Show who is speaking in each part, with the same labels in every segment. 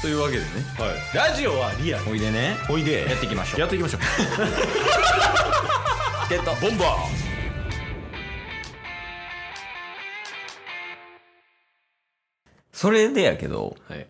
Speaker 1: というわけでね
Speaker 2: はい、ラジオはリアル
Speaker 1: おいでね
Speaker 2: おいで
Speaker 1: やっていきましょう
Speaker 2: やっていきましょう
Speaker 1: ゲット
Speaker 2: ボンバ
Speaker 1: それでやけど
Speaker 2: ーはい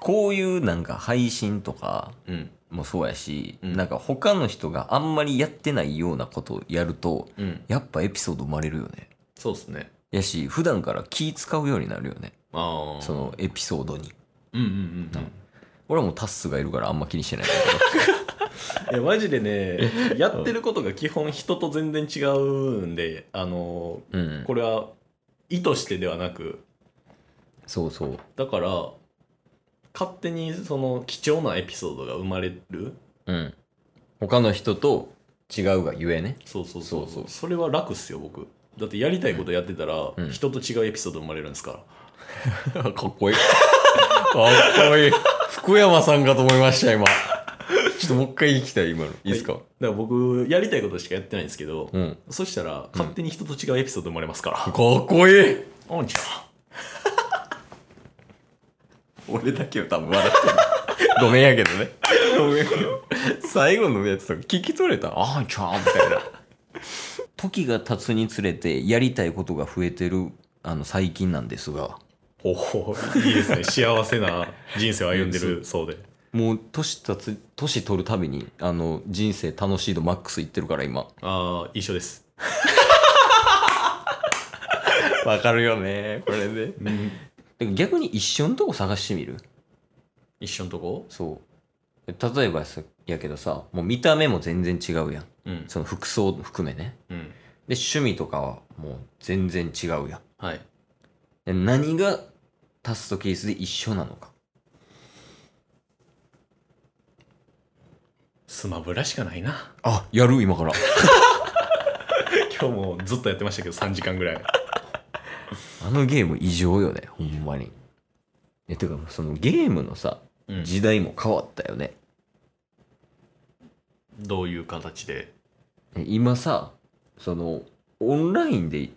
Speaker 1: こういうなんか配信とか
Speaker 2: うん
Speaker 1: もそうやし、
Speaker 2: うん
Speaker 1: なんか他の人があんまりやってないようなことをやると
Speaker 2: うん
Speaker 1: やっぱエピソード生まれるよね
Speaker 2: そうっすね
Speaker 1: やし普段から気使うようになるよね
Speaker 2: ああ
Speaker 1: そのエピソードに
Speaker 2: うんうんうん、
Speaker 1: 俺はもうタッスがいるからあんま気にしてない
Speaker 2: いやマジ でねやってることが基本人と全然違うんであの
Speaker 1: けど、うん、
Speaker 2: これは意図してではなく
Speaker 1: そうそう
Speaker 2: だから勝手にその貴重なエピソードが生まれる
Speaker 1: うん他の人と違うがゆえね
Speaker 2: そうそうそ
Speaker 1: そ
Speaker 2: う
Speaker 1: うそう
Speaker 2: それは楽っすよ僕だってやりたいことやってたら、
Speaker 1: うん
Speaker 2: 人と違うエピソード生まれるんですから
Speaker 1: かっこいい。かっこいい。福山さんかと思いました、今。ちょっともう一回行きたい、今の。いいですか、
Speaker 2: はだから僕やりたいことしかやってないんですけど、
Speaker 1: うん。
Speaker 2: そしたら勝手に人と違うエピソード生まれますから、
Speaker 1: かっこいい
Speaker 2: あんちゃ
Speaker 1: 俺だけは多分笑ってる。ごめんやけどね。ごめん。最後のやつとか聞き取れたあんちゃんみたいな。時が経つにつれてやりたいことが増えてるあの最近なんですが
Speaker 2: ん おおいいですね幸せな人生を歩んでるそうで
Speaker 1: もう年経つ年取るたびにあの人生楽しい度マックスいってるから今
Speaker 2: ああ一緒です
Speaker 1: わかるよねこれで逆に一緒のとこ探してみる
Speaker 2: 一緒のとこ
Speaker 1: そう例えばさやけどさもう見た目も全然違うやん
Speaker 2: うん
Speaker 1: その服装含めね
Speaker 2: うん
Speaker 1: で趣味とかはもう全然違うやん
Speaker 2: はい
Speaker 1: で何がタスとケースで一緒なのか
Speaker 2: スマブラしかないな
Speaker 1: あやる今から
Speaker 2: 今日もずっとやってましたけど3時間ぐらい
Speaker 1: あのゲーム異常よねほんまにえてかもうそのゲームのさ
Speaker 2: うん
Speaker 1: 時代も変わったよね、
Speaker 2: どういう形で
Speaker 1: え今さそのオンラインで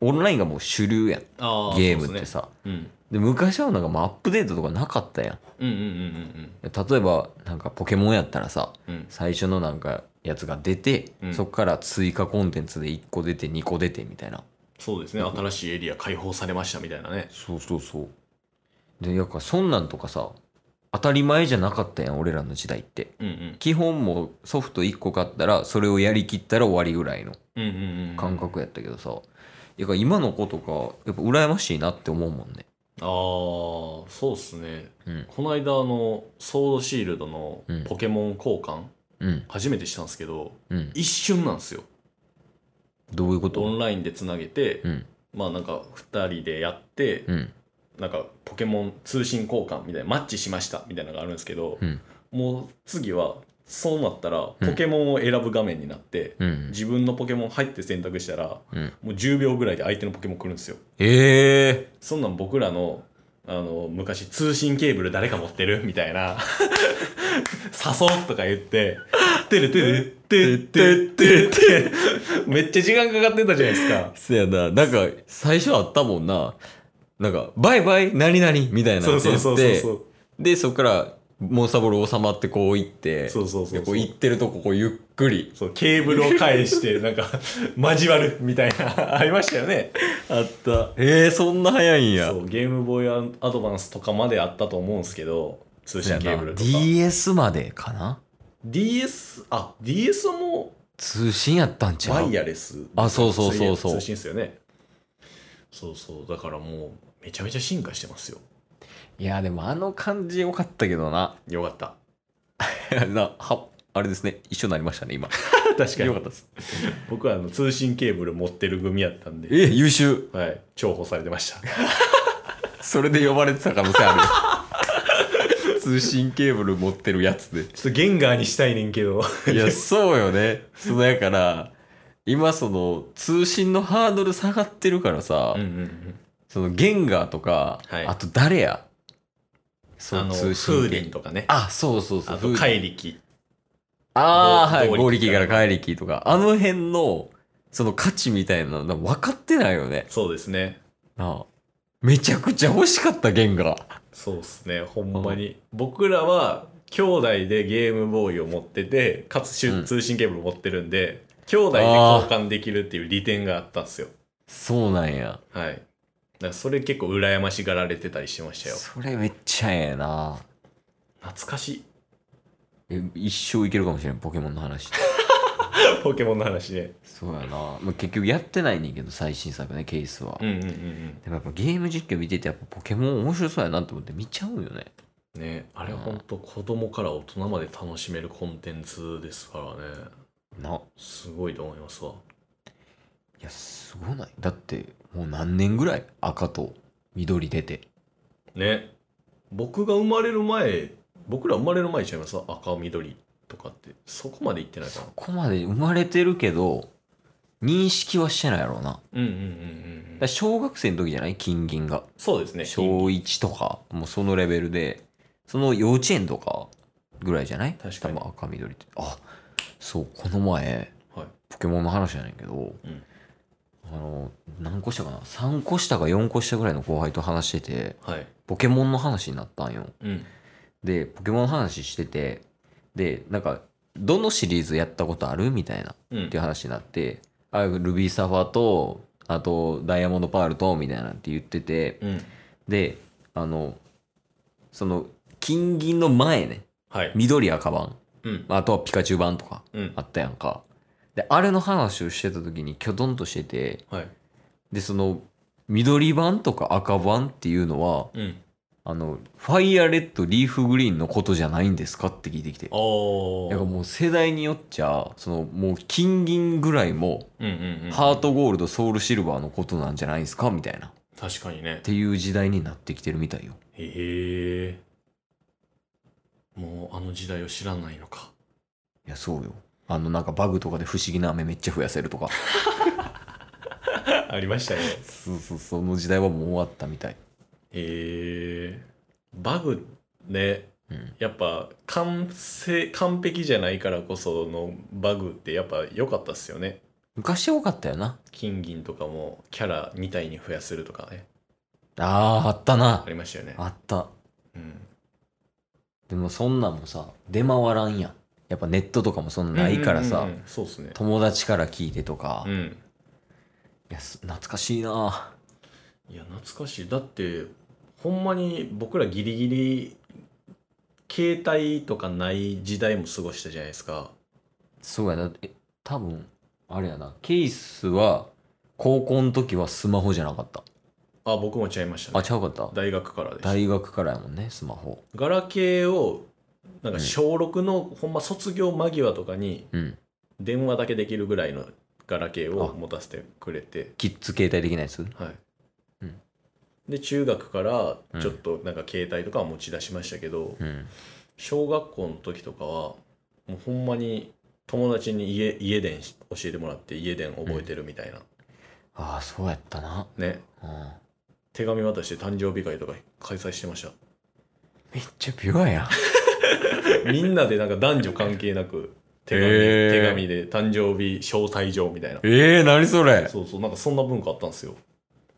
Speaker 1: オンラインがもう主流やん
Speaker 2: あ
Speaker 1: ゲームってさ
Speaker 2: そうっすね
Speaker 1: で昔はなんかもうアップデートとかなかったやん
Speaker 2: うんうんうん
Speaker 1: 例えばなんかポケモンやったらさ
Speaker 2: うんうんうん
Speaker 1: 最初のなんかやつが出て、
Speaker 2: うん
Speaker 1: そっから追加コンテンツで1個出て2個出てみたいな
Speaker 2: そうですね新しいエリア開放されましたみたいなね
Speaker 1: そうそうそうでやっぱそんなんとかさ当たり前じゃなかったやん俺らの時代って
Speaker 2: うんうん
Speaker 1: 基本もうソフト1個買ったらそれをやりきったら終わりぐらいの
Speaker 2: うんうんうん
Speaker 1: 感覚やったけどさ、いや今の子とかやっぱ羨ましいなって思うもんね
Speaker 2: ああそうっすね
Speaker 1: うん
Speaker 2: この間あのソードシールドの
Speaker 1: うん
Speaker 2: ポケモン交換、
Speaker 1: うん
Speaker 2: 初めてしたんですけど
Speaker 1: うん
Speaker 2: 一瞬なんですよ
Speaker 1: どういうこ
Speaker 2: オ
Speaker 1: と
Speaker 2: ンラインでつなげて、
Speaker 1: うん
Speaker 2: まあなんか2人でやって、
Speaker 1: うん
Speaker 2: なんかポケモン通信交換みたいなマッチしましたみたいなのがあるんですけど、
Speaker 1: うん
Speaker 2: もう次はそうなったら
Speaker 1: うん
Speaker 2: ポケモンを選ぶ画面になって、
Speaker 1: うん
Speaker 2: 自分のポケモン入って選択したらも
Speaker 1: うん
Speaker 2: う10秒ぐらいで相手のポケモン来るんですよ
Speaker 1: ええー、
Speaker 2: そんなん僕らのあの昔通信ケーブル誰か持ってるみたいな 誘うとか言って「てるてるてってってって」めっちゃ時間かかってたじゃないですか
Speaker 1: そやな、なんか、最初あったもんな。なんか、バイバイ、何々みたいな
Speaker 2: そう
Speaker 1: の
Speaker 2: そうそうそうそう
Speaker 1: で、そっから、モンスターボール収まってこう行って、
Speaker 2: そうそうそうそう
Speaker 1: でこう行ってるとこ、こうゆっくり。
Speaker 2: そうケーブルを返してなんか 交わるみたいな ありましたよね
Speaker 1: あった。えー、そんな早いんや。
Speaker 2: そうゲームボーイアドバンスとかまであったと思うんですけど通
Speaker 1: そ
Speaker 2: 信
Speaker 1: う
Speaker 2: ケ
Speaker 1: や
Speaker 2: ー
Speaker 1: な
Speaker 2: ブルとか
Speaker 1: DS までかな
Speaker 2: DS あ DS はも
Speaker 1: 通信やったんち
Speaker 2: う
Speaker 1: ゃ
Speaker 2: ワ
Speaker 1: う
Speaker 2: イヤレス
Speaker 1: あそうそうそうそう
Speaker 2: 通信ですよねそうそうだからもうめちゃめちゃ進化してますよ
Speaker 1: いや、でもあの感じよかったけどな。
Speaker 2: よかった
Speaker 1: な、は、あれですね。一緒になりましたね、今。
Speaker 2: 確か
Speaker 1: よ
Speaker 2: に
Speaker 1: かったです。
Speaker 2: 僕はあの通信ケーブル持ってる組やったんで、
Speaker 1: え、優秀。
Speaker 2: はい、重宝されてました
Speaker 1: それで呼ばれてた可能性ある。 通信ケーブル持ってるやつで。
Speaker 2: ちょっとゲンガーにしたいねんけど
Speaker 1: いや、 そうよね。そのやから、今その通信のハードル下がってるからさ、
Speaker 2: うんうんうん
Speaker 1: そのゲンガーとか、
Speaker 2: はい
Speaker 1: あと誰やそ
Speaker 2: あ
Speaker 1: う
Speaker 2: の
Speaker 1: 風
Speaker 2: 風
Speaker 1: 鈴
Speaker 2: 鈴とかね
Speaker 1: あ、そうそうそう。
Speaker 2: あと
Speaker 1: 風鈴
Speaker 2: 怪力
Speaker 1: ああ、はい。
Speaker 2: 剛力
Speaker 1: 合力から怪力とか、あの辺の、その価値みたいなの分かってないよね。
Speaker 2: そうですね
Speaker 1: なあめちゃくちゃ欲しかったゲンガ
Speaker 2: そうっすねほんまに、僕らは兄弟でゲームボーイを持っててかつ
Speaker 1: うん
Speaker 2: 通信ケーブル持ってるんで、兄弟で交
Speaker 1: あー
Speaker 2: 換できるっていう利点があったんですよ
Speaker 1: そうなんや
Speaker 2: はいだからそれ結構羨ましがられてたりしましたよ
Speaker 1: それめっちゃええな
Speaker 2: 懐かしい
Speaker 1: え一生いけるかもしれんポケモンの話って
Speaker 2: ポケモンの話ね
Speaker 1: そうやな、まあ、結局やってないねんけど最新作ねケースは、
Speaker 2: うんうんうん
Speaker 1: でもやっぱゲーム実況見ててやっぱポケモン面白そうやなと思って見ちゃうよね
Speaker 2: うんねあれ
Speaker 1: うん
Speaker 2: ほんと子供から大人まで楽しめるコンテンツですからね
Speaker 1: な
Speaker 2: すごいと思いますわ
Speaker 1: いやすごないだってもう何年ぐらい赤と緑出て
Speaker 2: ね僕が生まれる前僕ら生まれる前ちゃいます赤緑とかってそこまで行ってないか
Speaker 1: そ
Speaker 2: な
Speaker 1: こまで生まれてるけど認識はしてないやろうなだか
Speaker 2: うんうんうんうんう
Speaker 1: ら
Speaker 2: ん
Speaker 1: 小学生の時じゃない金銀が
Speaker 2: そうですね
Speaker 1: 小1とかもうそのレベルでその幼稚園とかぐらいじゃない
Speaker 2: 確かに
Speaker 1: 多分赤緑ってあそうこの前
Speaker 2: はい
Speaker 1: ポケモンの話じゃないけど、
Speaker 2: うん
Speaker 1: あの何個下かな3個下か4個下ぐらいの後輩と話してて
Speaker 2: はい
Speaker 1: ポケモンの話になったんよ
Speaker 2: うん
Speaker 1: でポケモンの話しててでなんかどのシリーズやったことあるみたいな
Speaker 2: うん
Speaker 1: っていう話になってあルビーサファーとあとダイヤモンドパールとみたいなって言ってて
Speaker 2: うん
Speaker 1: であのその金銀の前ね
Speaker 2: はい
Speaker 1: 緑赤版
Speaker 2: うん
Speaker 1: あとはピカチュウ版とか
Speaker 2: うん
Speaker 1: あったやんかであれの話をしてた時にキョドンとしてて
Speaker 2: はい
Speaker 1: でその緑版とか赤版っていうのは
Speaker 2: うん
Speaker 1: あのファイヤーレッドリーフグリーンのことじゃないんですかって聞いてきて
Speaker 2: お
Speaker 1: だから
Speaker 2: ー
Speaker 1: もう世代によっちゃそのもう金銀ぐらいも
Speaker 2: うんうんうん
Speaker 1: ハートゴールドソウルシルバーのことなんじゃないですかみたいなっ
Speaker 2: 確かにね
Speaker 1: ていう時代になってきてるみたいよ
Speaker 2: へえもうあの時代を知らないの か
Speaker 1: いやそうよあのなんかバグとかで不思議な雨めっちゃ増やせるとか
Speaker 2: ありましたね
Speaker 1: そうそうその時代はもう終わったみたい
Speaker 2: へえバグね
Speaker 1: うん
Speaker 2: やっぱ完成完璧じゃないからこそのバグってやっぱ良かったっすよね
Speaker 1: 昔多かったよな
Speaker 2: 金銀とかもキャラ2体に増やせるとかね
Speaker 1: あーあったな
Speaker 2: ありましたよね
Speaker 1: あった
Speaker 2: うん
Speaker 1: でもそんなんもさ出回らんやんやっぱネットとかもそんなないからさ、
Speaker 2: うんうんうんそうっすね
Speaker 1: 友達から聞いてとか、
Speaker 2: う
Speaker 1: い
Speaker 2: ん
Speaker 1: やす懐かしいない
Speaker 2: や懐かしいだってほんまに僕らギリギリ携帯とかない時代も過ごしたじゃないですか
Speaker 1: そうやなえ多分あれやなケースは高校の時はスマホじゃなかった
Speaker 2: あ僕もちゃいました
Speaker 1: あ
Speaker 2: ね
Speaker 1: ちゃうかった
Speaker 2: 大学からです
Speaker 1: 大学からやもんねスマホ
Speaker 2: ガラケーをなん
Speaker 1: う
Speaker 2: か
Speaker 1: ん
Speaker 2: 小6のほんま卒業間際とかに
Speaker 1: うん
Speaker 2: 電話だけできるぐらいのガラケーを持たせてくれて、
Speaker 1: キッズ携帯的なやつ
Speaker 2: はい
Speaker 1: うん
Speaker 2: で中学から
Speaker 1: うん
Speaker 2: ちょっとなんか携帯とかは持ち出しましたけど、
Speaker 1: うん
Speaker 2: 小学校の時とかはもうほんまに友達に家家電し教えてもらって家電覚えてるみたいな、
Speaker 1: ああそうやったな、
Speaker 2: ね
Speaker 1: うん、
Speaker 2: 手紙渡して誕生日会とか開催してました
Speaker 1: めっちゃピュアやん
Speaker 2: みんなでなんか男女関係なく手紙,、
Speaker 1: へー
Speaker 2: 手紙で誕生日招待状みたいな
Speaker 1: ええ何それ
Speaker 2: そうそうなんかそんな文化あったんですよ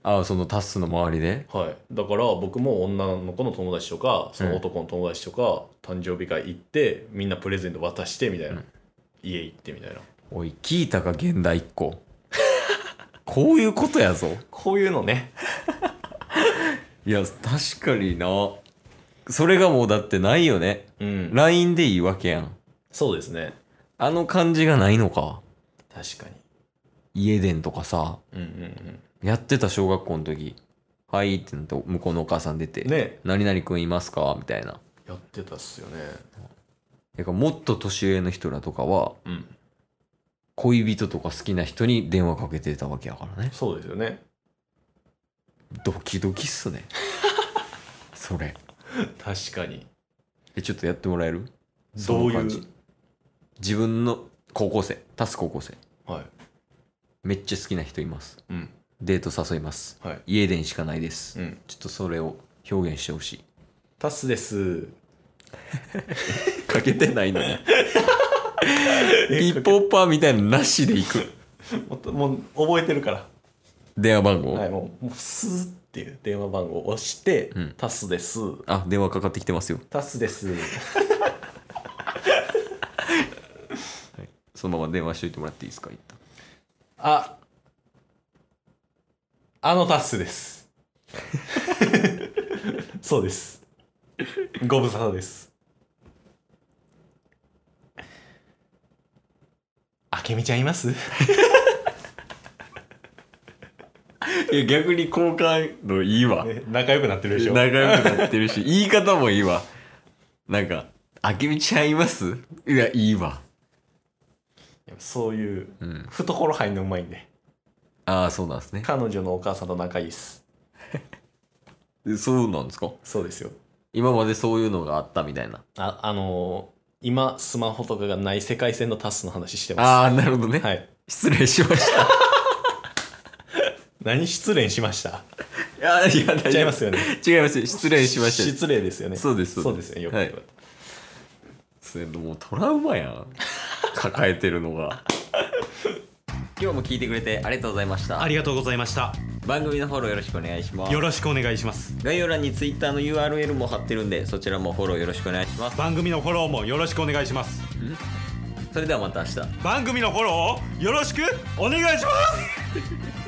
Speaker 1: ああそのタッスの周りで
Speaker 2: はい、だから僕も女の子の友達とかその男の友達とか、誕生日会行ってみんなプレゼント渡してみたいな、
Speaker 1: うん
Speaker 2: 家行ってみたいな
Speaker 1: おい聞いたか現代一個こういうことやぞ
Speaker 2: こういうのね
Speaker 1: いや確かになそれがもうだってないよね
Speaker 2: うん
Speaker 1: LINE でいいわけやん
Speaker 2: そうですね
Speaker 1: あの感じがないのか
Speaker 2: 確か
Speaker 1: 家電とかさ
Speaker 2: にうんうん
Speaker 1: やってた小学校の時「はい」ってなって向こうのお母さん出て
Speaker 2: うんね
Speaker 1: 「何々くんいますか?」みたいな
Speaker 2: やってたっすよね
Speaker 1: だからもっと年上の人らとかは
Speaker 2: うん
Speaker 1: 恋人とか好きな人に電話かけてたわけやからね
Speaker 2: そうですよね
Speaker 1: ドキドキっす ねそれ
Speaker 2: 確かに
Speaker 1: えちょっとやってもらえるそ
Speaker 2: ど
Speaker 1: の
Speaker 2: うい
Speaker 1: 感じ
Speaker 2: う
Speaker 1: 自分の高校生タス高校生
Speaker 2: はい
Speaker 1: めっちゃ好きな人います
Speaker 2: うん
Speaker 1: デート誘います
Speaker 2: はい
Speaker 1: 家電しかないです、
Speaker 2: うん
Speaker 1: ちょっとそれを表現してほし
Speaker 2: タス です
Speaker 1: いかけてないの にピッポッパーみたいなのな しでいく
Speaker 2: もっともう覚えてるから
Speaker 1: 電話番号、
Speaker 2: はいもうもうスーッっていう電話番号を押して、
Speaker 1: うん
Speaker 2: タスです。
Speaker 1: あ電話かかってきてますよ
Speaker 2: タスです。
Speaker 1: そのまま電話しといてもらっていいですか一旦
Speaker 2: あ、あのタス です。そうです。ご無沙汰です。あけみちゃんい ます
Speaker 1: いや逆に好感度いいわ
Speaker 2: ね仲良くなってるでしょ
Speaker 1: 仲良くなってる し言い方もいいわなんか「あけみちゃんいます?」いやいいわ
Speaker 2: そういう
Speaker 1: うん
Speaker 2: 懐入んのうまいんで
Speaker 1: ああそうなんですね
Speaker 2: 彼女のお母さんと仲いいっす
Speaker 1: でそうなんですか
Speaker 2: そうですよ
Speaker 1: 今までそういうのがあったみたいな
Speaker 2: ああのー今スマホとかがない世界線のタスの話してます
Speaker 1: ああなるほどね、
Speaker 2: はい
Speaker 1: 失礼しま した
Speaker 2: 何失恋しました
Speaker 1: いやいや大
Speaker 2: 違い
Speaker 1: 丈夫
Speaker 2: ますよね
Speaker 1: 違いますよ失礼しました
Speaker 2: 失礼ですよね
Speaker 1: そうです
Speaker 2: そ
Speaker 1: そうう
Speaker 2: で
Speaker 1: ですす
Speaker 2: よねよく言われた、
Speaker 1: それもうトラウマやん抱えてるのが 今日も聞いてくれてありがとうございました
Speaker 3: ありがとうございました
Speaker 1: 番組のフォローよろしくお願いします
Speaker 3: よろしくお願いします
Speaker 1: 概要欄に Twitter の URL も貼ってるんでそちらもフォローよろしくお願いします
Speaker 3: 番組のフォローもよろしくお願いします
Speaker 1: それではまた明日
Speaker 3: 番組のフォローをよろしくお願いします